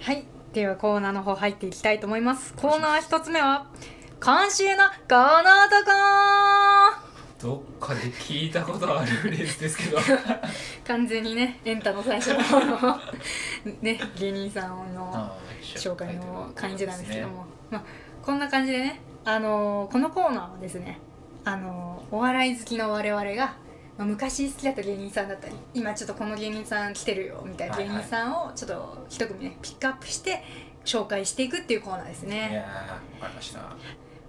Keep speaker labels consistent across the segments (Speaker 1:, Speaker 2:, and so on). Speaker 1: はいではコーナーの方入っていきたいと思いますコーナー一つ目は今週のこの男
Speaker 2: どっかで聞いたことあるフレーズです けど
Speaker 1: 完全にねエンタの最初の方の ね芸人さんの紹介の感じなんですけども、まあ、こんな感じでね、あのーこのコーナーはですね、あのーお笑い好きの我々が、まあ、昔好きだった芸人さんだったり今ちょっとこの芸人さん来てるよみたいな
Speaker 2: はい
Speaker 1: 芸
Speaker 2: はい
Speaker 1: 人さんをちょっと一組ねピックアップして紹介していくっていうコーナーです
Speaker 2: い
Speaker 1: ね。
Speaker 2: やーわかりましたは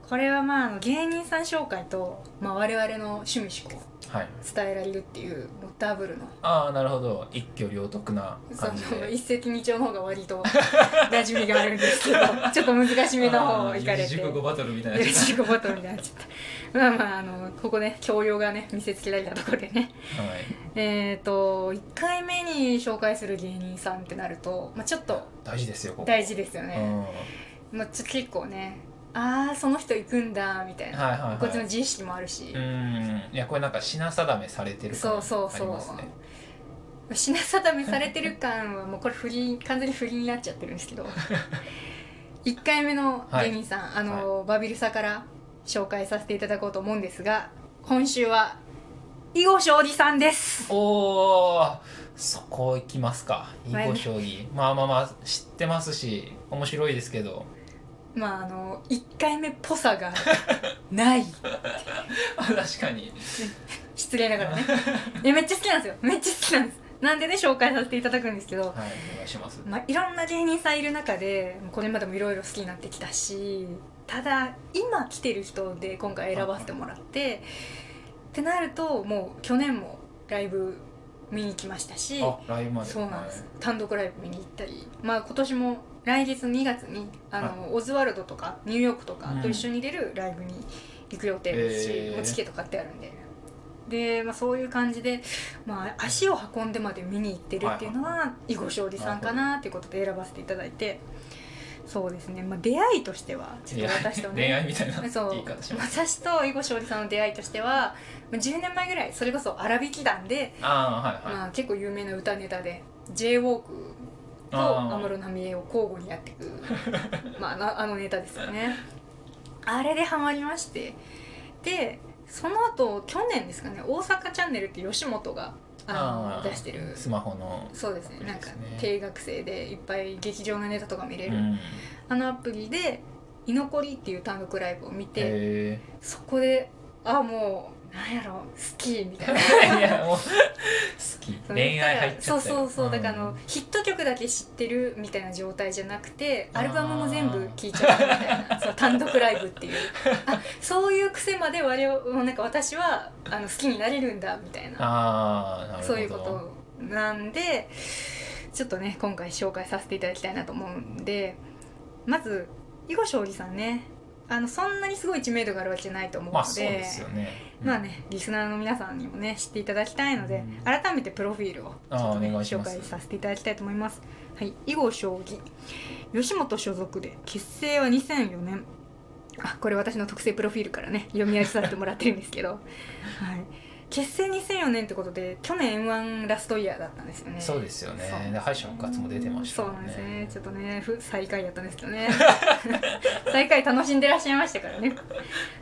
Speaker 1: これはまああの芸人さん紹介と、まあ、我々の趣味思考
Speaker 2: い
Speaker 1: 伝えられるっていうもうダブルの
Speaker 2: ああなるほど一挙両得な
Speaker 1: そ
Speaker 2: 感じ
Speaker 1: の
Speaker 2: で
Speaker 1: 一石二鳥の方が割と馴染みがあるんですけどちょっと難しめの方を行かれ
Speaker 2: あー四
Speaker 1: て
Speaker 2: 字熟語バトルみたいな
Speaker 1: よ
Speaker 2: や
Speaker 1: ろ
Speaker 2: つ
Speaker 1: しくボトルになっちゃったまあまああのここね教養がね見せつけられたところでね
Speaker 2: はい
Speaker 1: えっ、と1回目に紹介する芸人さんってなると、まあ、ちょっと
Speaker 2: 大事ですよここ
Speaker 1: 大事ですよ
Speaker 2: う
Speaker 1: ね、
Speaker 2: んは
Speaker 1: まあ、ちょっと結構ねああその人行くんだみたい
Speaker 2: い
Speaker 1: な、
Speaker 2: はいはい
Speaker 1: こっちの自意識もあるし、
Speaker 2: うんいやこれなんか品定めされてる感
Speaker 1: そうそう
Speaker 2: あ
Speaker 1: そう
Speaker 2: りますね
Speaker 1: 品定めされてる感はもうこれ不倫完全に不倫になっちゃってるんですけど1回目の芸人さん、あの、バビルさから紹介させていただこうと思うんですが今週は囲碁将棋さんです
Speaker 2: おーそこ行きますか囲
Speaker 1: 前
Speaker 2: 碁
Speaker 1: ね
Speaker 2: 将棋まあまあまあ知ってますし面白いですけど
Speaker 1: まああの1回目っぽさがない
Speaker 2: あ 確かに
Speaker 1: 失礼ながらねいやめっちゃ好きなんですよめっちゃ好きなんですなんでね紹介させていただくんですけど、
Speaker 2: はいお願いします
Speaker 1: まあ、いろんな芸人さんいる中でこれまでもいろいろ好きになってきたしただ今来てる人で今回選ばせてもらってってなるともう去年もライブ見に来ましたし
Speaker 2: あライブまで
Speaker 1: そうなんです
Speaker 2: はい
Speaker 1: 単独ライブ見に行ったり、まあ、今年も来月2月にあの、オズワルドとかニューヨークとかと一緒に出るライブに行く予定ですし、
Speaker 2: へー
Speaker 1: もうチケット買ってあるんで。でまあ、そういう感じで、まあ、足を運んでまで見に行ってるっていうのは囲碁将棋さんかなっていうことで選ばせていただいてそうですね、まあ、出会いとしてはちょっと私と
Speaker 2: 恋愛
Speaker 1: ね
Speaker 2: 恋 愛みたいな
Speaker 1: そう
Speaker 2: 言い方します
Speaker 1: 私と囲碁将棋さんの出会いとしてはまあ10年前ぐらいそれこそ荒引き団で
Speaker 2: ああはいはい、
Speaker 1: まあ、結構有名な歌ネタで j ウォークと
Speaker 2: あー
Speaker 1: 安室奈美恵を交互にやってい くまああのあのネタですよねあれでハマりましてでその後去年ですかね「大阪チャンネル」って吉本があの
Speaker 2: あー
Speaker 1: 出してる
Speaker 2: スマホの
Speaker 1: そうですねなんか
Speaker 2: そうですね
Speaker 1: 低学生でいっぱい劇場のネタとか見れ
Speaker 2: う
Speaker 1: る、
Speaker 2: ん
Speaker 1: あのアプリで「居残り」っていう単独ライブを見て
Speaker 2: へ
Speaker 1: そこであもうなんやろ好きみたいな。
Speaker 2: ーいやもう好き
Speaker 1: そう
Speaker 2: 恋愛入っち
Speaker 1: そ
Speaker 2: ゃっ
Speaker 1: う
Speaker 2: たよ
Speaker 1: そうそう、
Speaker 2: ん
Speaker 1: だからあのヒット曲だけ知ってるみたいな状態じゃなくて
Speaker 2: あー
Speaker 1: アルバムも全部聴いちゃうみた いなそう単独ライブっていうあそういう癖まで我々なんか私はあの好きになれるんだみたいな
Speaker 2: ああなるほど
Speaker 1: そういうことなんでちょっとね今回紹介させていただきたいなと思うんでまず囲碁将棋さんねあのそんなにすごい知名度があるわけじゃないと思うの
Speaker 2: ま
Speaker 1: で,、
Speaker 2: あそうですよね
Speaker 1: まあね、リスナーの皆さんにもね知っていただきたいので、
Speaker 2: うん
Speaker 1: 改めてプロフィールを
Speaker 2: あー
Speaker 1: ちょっとね
Speaker 2: お願いし
Speaker 1: 紹
Speaker 2: ます
Speaker 1: 介させていただきたいと思います。はい、囲碁将棋吉本所属で結成は2004年あこれ私の特製プロフィールからね読み上げさせてもらってるんですけ ど、はい、結成2004年ってことで去年 m 1ラストイヤーだったんですよね。
Speaker 2: そうですよ
Speaker 1: そう
Speaker 2: ねで敗者復活も出てました
Speaker 1: そう
Speaker 2: も
Speaker 1: なんん
Speaker 2: ね
Speaker 1: ですねちょっとねふ最下位だったんですけど ね最下位楽しんでらっしゃいましたからね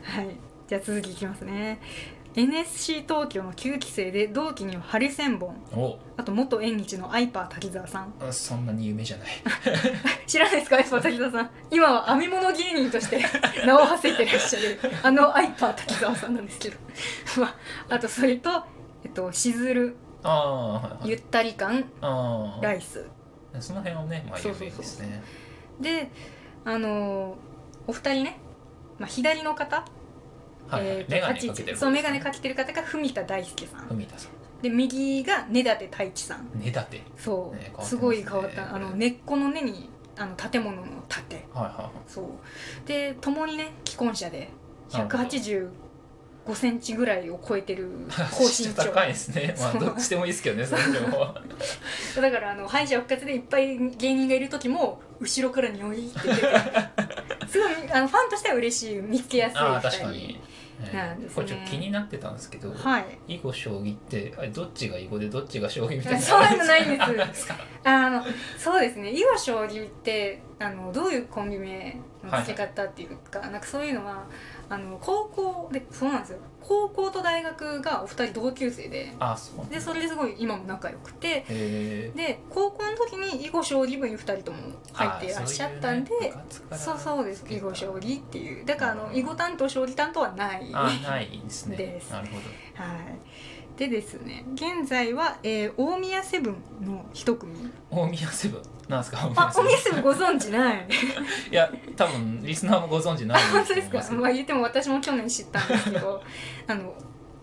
Speaker 1: はいじゃあ続きいきますね NSC 東京の9期生で同期にはハリセンボン
Speaker 2: お
Speaker 1: あと元縁日のアイパー滝沢さん
Speaker 2: あそんなに夢じゃ ない
Speaker 1: 知らないですかアイパー滝沢さん今は編み物芸人として 名を馳せてらっしゃるあのアイパー滝沢さんなんですけど、まあ、あとそれと、えっと、しずる
Speaker 2: ああはいは
Speaker 1: ゆ
Speaker 2: い
Speaker 1: ったり感
Speaker 2: あ
Speaker 1: ライス
Speaker 2: あその辺はねまあ
Speaker 1: そう
Speaker 2: 有
Speaker 1: そうそう
Speaker 2: 名ですね
Speaker 1: であのーお二人ね、まあ、左の方
Speaker 2: はいはい
Speaker 1: えーと
Speaker 2: メガネかけて
Speaker 1: 立ち位
Speaker 2: る
Speaker 1: 置そう眼鏡かけてる方が文田大輔さん
Speaker 2: 文田さ
Speaker 1: で右が根立太一さん
Speaker 2: ん根立て
Speaker 1: そう、
Speaker 2: ね変わってますね
Speaker 1: すごい変わったあの
Speaker 2: これ
Speaker 1: 根っこの根にあの建物の建
Speaker 2: はいはいはい
Speaker 1: そうで共にね既婚者で
Speaker 2: なるほど
Speaker 1: 185センチぐらいを超え てる高
Speaker 2: 高
Speaker 1: 身
Speaker 2: 身
Speaker 1: 長
Speaker 2: 長高いですねまあ
Speaker 1: そう
Speaker 2: どっちでもいいですけどねそれで も
Speaker 1: だからあの敗者復活でいっぱい芸人がいる時も後ろからにょいって出てすごいあのファンとしては嬉しい見つけやすい
Speaker 2: ああ
Speaker 1: 2
Speaker 2: 確か
Speaker 1: 人
Speaker 2: に
Speaker 1: なんですね
Speaker 2: これちょっと気になってたんですけど、
Speaker 1: はい
Speaker 2: 囲碁将棋ってあれどっちが囲碁でどっちが将棋みたいな
Speaker 1: そういうのないんです
Speaker 2: あるですか
Speaker 1: あのそうですね囲碁将棋ってあのどういうコンビ名の付け方っていうか,、なんかそういうのはあの高校でそうなんですよ高校と大学がお二人同級生で
Speaker 2: あそうなんだ
Speaker 1: でそれですごい今も仲良くて
Speaker 2: へー
Speaker 1: で高校の時に囲碁将棋部に二人とも入っていらっしゃったんで
Speaker 2: あそういうね部活から
Speaker 1: そうそうです囲碁将棋っていうだからあ
Speaker 2: う
Speaker 1: の
Speaker 2: ん
Speaker 1: 囲碁担当将棋担当はない
Speaker 2: あないですね
Speaker 1: です
Speaker 2: なるほど
Speaker 1: はい、でですね現在は、えー大宮セブンの一組
Speaker 2: 大宮セブンなんですか
Speaker 1: あ大宮セ
Speaker 2: セブ
Speaker 1: ブ
Speaker 2: ン
Speaker 1: ンご存知ない
Speaker 2: いや多分リスナーもご存知ないと思い
Speaker 1: 本当です
Speaker 2: ま
Speaker 1: か、まあ、言っても私も去年知ったんですけど あの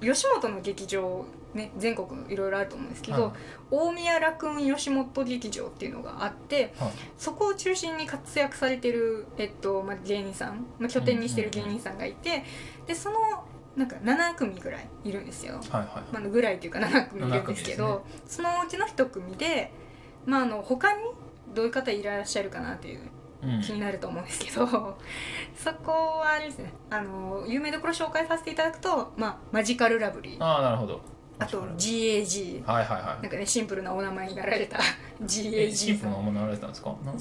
Speaker 1: 吉本の劇場ね全国いろいろあると思うんですけど、
Speaker 2: はい
Speaker 1: 大宮楽雲吉本劇場っていうのがあって
Speaker 2: はい
Speaker 1: そこを中心に活躍されてる、えっとまあ、芸人さん、まあ、拠点にしてる芸人さんがいて、でそのなんか7組ぐらいいるんですよ。
Speaker 2: はいはい
Speaker 1: まあ、ぐらいというか7組いるんですけ
Speaker 2: 7
Speaker 1: どそのうちの1組で、まあ、あの他にどういう方いらっしゃるかなっていう
Speaker 2: うん
Speaker 1: 気になると思うんですけど、 そこはあれですねあの有名どころ紹介させていただくと、まあ、マジカルラブリーあ
Speaker 2: ああなるほど
Speaker 1: と GAG
Speaker 2: はいはいはい
Speaker 1: なんかねシンプルなお名前になられ た
Speaker 2: えシ
Speaker 1: GAG
Speaker 2: ンプ
Speaker 1: さ。
Speaker 2: ルなんものられたんですかなん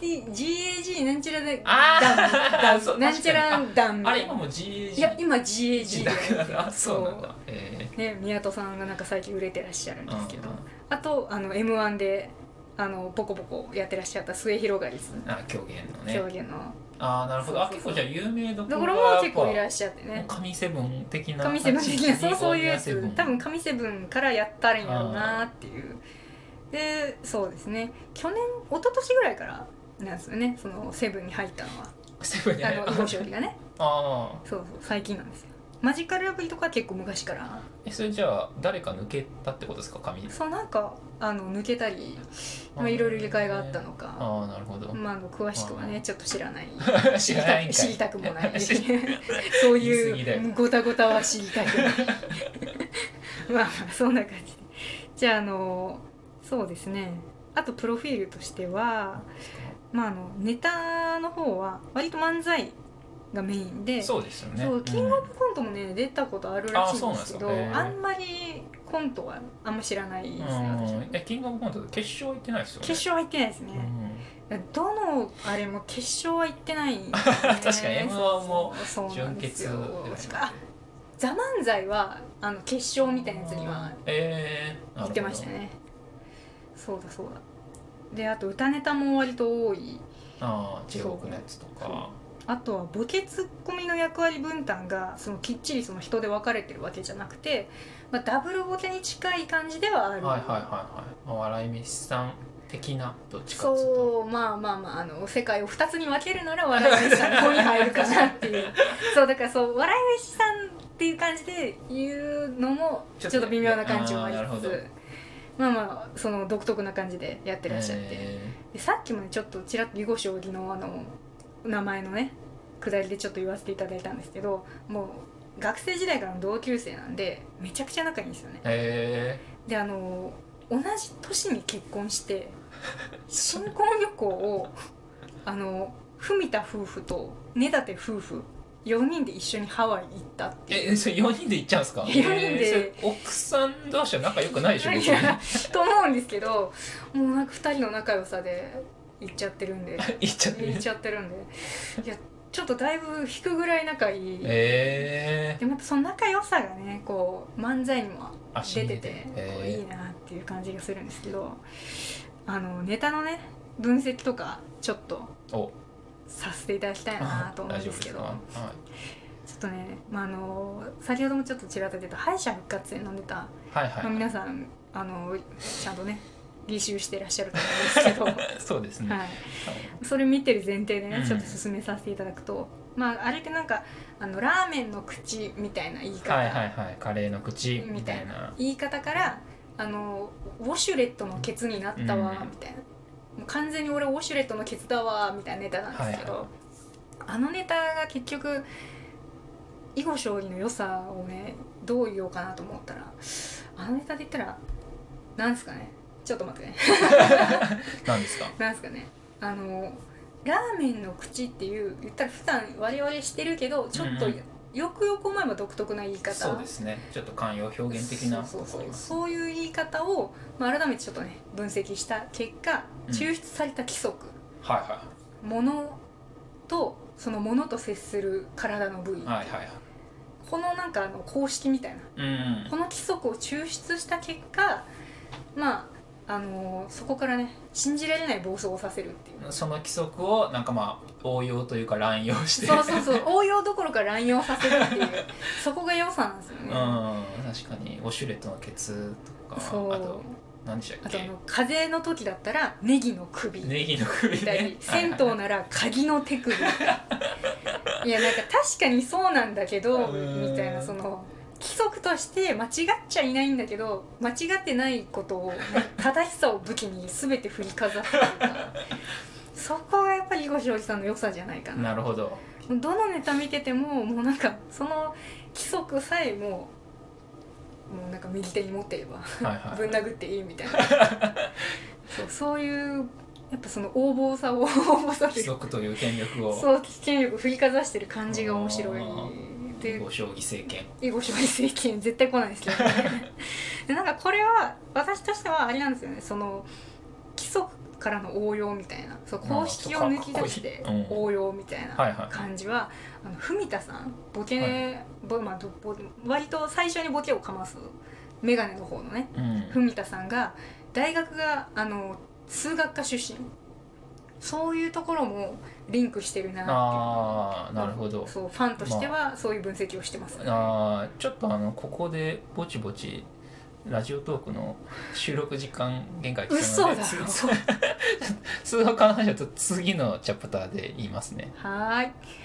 Speaker 1: GAG, GAG なんちゃらだ
Speaker 2: あー
Speaker 1: だん
Speaker 2: そう
Speaker 1: なんちゃらだん
Speaker 2: あれ今も GAG
Speaker 1: いや今 GAG
Speaker 2: だけ
Speaker 1: なんです
Speaker 2: だ
Speaker 1: よ
Speaker 2: あそうなんだえ
Speaker 1: ね、宮戸さんがなんか最近売れてらっしゃるん
Speaker 2: え
Speaker 1: ですけど
Speaker 2: あ
Speaker 1: あとあの m 1であのポコポコやってらっしゃった末広がりさん
Speaker 2: あ狂言のね
Speaker 1: 狂言の
Speaker 2: ああなるほどあ
Speaker 1: そうそう
Speaker 2: 結構
Speaker 1: そう
Speaker 2: じゃあ有名どこ
Speaker 1: と
Speaker 2: ろ
Speaker 1: ころ
Speaker 2: はや
Speaker 1: も
Speaker 2: っぱ
Speaker 1: 結構いらっしゃってね
Speaker 2: 神セブン的な
Speaker 1: 神セブン的なそうそういうや
Speaker 2: セブ
Speaker 1: つ
Speaker 2: ン
Speaker 1: 多分神セブンからやったらいいんだろうなっていうでそうですね去年一昨年ぐらいからなんですよねそのセブンに入ったのは
Speaker 2: セブンに
Speaker 1: あ
Speaker 2: 入っ
Speaker 1: の囲碁将棋がね
Speaker 2: ああ
Speaker 1: そうそう最近なんですよマジカルラブリーとかは結構昔から
Speaker 2: えそれじゃあ誰か抜けたってことですか紙
Speaker 1: そうなんかあの抜けたり、まあ、いろいろ理解があったのか、
Speaker 2: ああなるほど、
Speaker 1: まあ、あの詳しくは
Speaker 2: う
Speaker 1: ね
Speaker 2: ん
Speaker 1: ちょっと知らない
Speaker 2: 知らないんかい
Speaker 1: 知りたくもない
Speaker 2: 知り
Speaker 1: そう
Speaker 2: 言い過ぎだ
Speaker 1: い
Speaker 2: よ
Speaker 1: うごたごたは知りたくない まあまあそんな感じでじゃああのそうですねあとプロフィールとしては、まあ、あのネタの方は割と漫才がメインで
Speaker 2: そうですよね
Speaker 1: そうキン
Speaker 2: グオ
Speaker 1: コントもね出たことあるらしいんですけど
Speaker 2: あそうなんですか
Speaker 1: あ
Speaker 2: へえ
Speaker 1: んまりコントはあんま知らないですね私は
Speaker 2: うんえキングオブコント決勝行ってないですよね
Speaker 1: 決勝は行ってないですね、どのあれも決勝は行ってないんですよね、
Speaker 2: 確かに M1 も
Speaker 1: そうそう
Speaker 2: 準決
Speaker 1: そうなん
Speaker 2: ぐら
Speaker 1: で
Speaker 2: い
Speaker 1: すよあザ・漫才はあの決勝みたいなやつには
Speaker 2: ええー、なるほど
Speaker 1: 行ってましたねそうだそうだであと歌ネタも割と多い
Speaker 2: ああ中国のやつとか
Speaker 1: あとはボケツッコミの役割分担がそのきっちりその人で分かれてるわけじゃなくて、まあ、ダブルボケに近い感じではあ
Speaker 2: はい
Speaker 1: る、
Speaker 2: はいはいはいまあ笑い飯さん的などっちかっつうと
Speaker 1: そうまあまあまああの世界を2つに分けるなら笑い飯さんの方に入るかなって いうそうだからそう笑い飯さんっていう感じで言うのも
Speaker 2: ち
Speaker 1: ち
Speaker 2: ょ
Speaker 1: ょ
Speaker 2: っ
Speaker 1: っと
Speaker 2: と
Speaker 1: 微妙な感じもあり
Speaker 2: あーなるほ
Speaker 1: つ
Speaker 2: ど
Speaker 1: つまあまあその独特な感じでやってらっしゃって、
Speaker 2: え
Speaker 1: でさっきもねちょっとちらっと囲碁将棋のあの名前のね下りでちょっと言わせていただいたんですけどもう学生時代からの同級生なんでめちゃくちゃ仲いいんですよね
Speaker 2: ー、え
Speaker 1: であの同じ年に結婚 して新婚旅行をあの文田夫婦と根立夫婦4人で一緒にハワイ行ったって
Speaker 2: ー、
Speaker 1: いう
Speaker 2: えそれ4人で行っちゃうんですか
Speaker 1: 四人で
Speaker 2: えーそれ奥さん同士は仲良くないでしょ別
Speaker 1: い
Speaker 2: に
Speaker 1: やと思うんですけどもうなんか2人の仲良さで行っちゃってるん で
Speaker 2: 行っちゃって
Speaker 1: 行っ
Speaker 2: る
Speaker 1: ちゃってるんでいやちょっとだいぶ引くぐらい仲いい、
Speaker 2: え
Speaker 1: でもやっぱその仲良さがねこう漫才にも
Speaker 2: ー、あ
Speaker 1: 出てて、こういいなっていう感じがするんですけどあのネタのね分析とかちょっと
Speaker 2: お
Speaker 1: させていただきたいなと思うんですけど
Speaker 2: 大丈夫ですかは
Speaker 1: ちょっとね、まあ、あの先ほどもちょっとちらっと出た敗者復活戦のネタ、
Speaker 2: いはいはい、
Speaker 1: まあ、皆さんあのちゃんとね履修してらっしゃると思うんです
Speaker 2: そうです
Speaker 1: け
Speaker 2: ね、
Speaker 1: ど、はい、それ見てる前提で
Speaker 2: う
Speaker 1: ね
Speaker 2: ん
Speaker 1: ちょっと進めさせていただくと、まああれってなんかあのラーメンの口みたいな言い方、
Speaker 2: はいはいはいカレーの口み
Speaker 1: み
Speaker 2: た
Speaker 1: た
Speaker 2: い
Speaker 1: い
Speaker 2: な
Speaker 1: 言い方からあのウォシュレットのケツになったわ
Speaker 2: うん
Speaker 1: みたいな、もう完全に俺ウォシュレットのケツだわみたいなネタなんですけど、
Speaker 2: はいは
Speaker 1: あのネタが結局囲碁将棋の良さをねどう言おうかなと思ったらあのネタで言ったらなんですかねちょっと待ってね
Speaker 2: なんですか
Speaker 1: なんですかねあのラーメンの口っていう言ったら普段我々してるけどちょっと
Speaker 2: うんうん
Speaker 1: よくよく思えば独特な言い方
Speaker 2: そうですねちょっと寛容表現的な
Speaker 1: そうそう
Speaker 2: とこ
Speaker 1: そ
Speaker 2: ろ
Speaker 1: う
Speaker 2: です
Speaker 1: そういう言い方を、まあ、改めてちょっとね分析した結果
Speaker 2: うん
Speaker 1: 抽出された規則、
Speaker 2: はいは
Speaker 1: ものとそのものと接する体の部位、
Speaker 2: いはいはいはい
Speaker 1: このなんかあの公式みたいな
Speaker 2: うんうん
Speaker 1: この規則を抽出した結果まああのーそこからね信じられない暴走をさせるっていう
Speaker 2: その規則をなんかまあ応用というか乱用して
Speaker 1: そうそう そう応用どころか乱用させるっていうそこが良さなんですよ
Speaker 2: うん
Speaker 1: ね、
Speaker 2: 確かにウォシュレットのケツとかあ
Speaker 1: そう
Speaker 2: と何でした
Speaker 1: あ
Speaker 2: っ
Speaker 1: とあ
Speaker 2: け
Speaker 1: の風邪の時だったらネギの首
Speaker 2: ネギの首
Speaker 1: みたい
Speaker 2: ね
Speaker 1: に銭湯なら鍵の手 首いやなんか確かにそうなんだけど
Speaker 2: うん
Speaker 1: みたいなその規則として間違っちゃいないんだけど間違ってないことをなんか正しさを武器に全て振りかざすというかそこがやっぱり囲碁将棋さんの良さじゃないかな
Speaker 2: なるほど
Speaker 1: どのネタ見ててももうなんかその規則さえもうもうなんか右手に持っていれば
Speaker 2: はいはい
Speaker 1: ぶん殴っていいみたい なそうそういうやっぱその横暴さを横暴さとい
Speaker 2: 規
Speaker 1: うか
Speaker 2: 則という権力を
Speaker 1: そう危険力振りかざしてる感じが面白い
Speaker 2: あ
Speaker 1: っていう
Speaker 2: ご将棋政権
Speaker 1: 囲碁将棋政権絶対来ないですけど ねでなんかこれは私としてはあれなんですよねその規則からの応用みたいなそう公式を抜き出して
Speaker 2: あーかっこいいうん
Speaker 1: 応用みたいな
Speaker 2: はいはい
Speaker 1: 感じはあの文田さんボケ、ぼまあ、どぼ割と最初にボケをかます眼鏡の方のね
Speaker 2: うん
Speaker 1: 文田さんが大学があの数学科出身そういうところもリンクしてるなっていう
Speaker 2: ああなるほど
Speaker 1: そうファンとしてはそういう分析をしてます、
Speaker 2: あーちょっとあのここでぼちぼちラジオトークの収録時間限界来た
Speaker 1: 嘘
Speaker 2: の
Speaker 1: だ
Speaker 2: で
Speaker 1: ろ
Speaker 2: つ数学の話はちょっと次のチャプターで言いますね
Speaker 1: はーい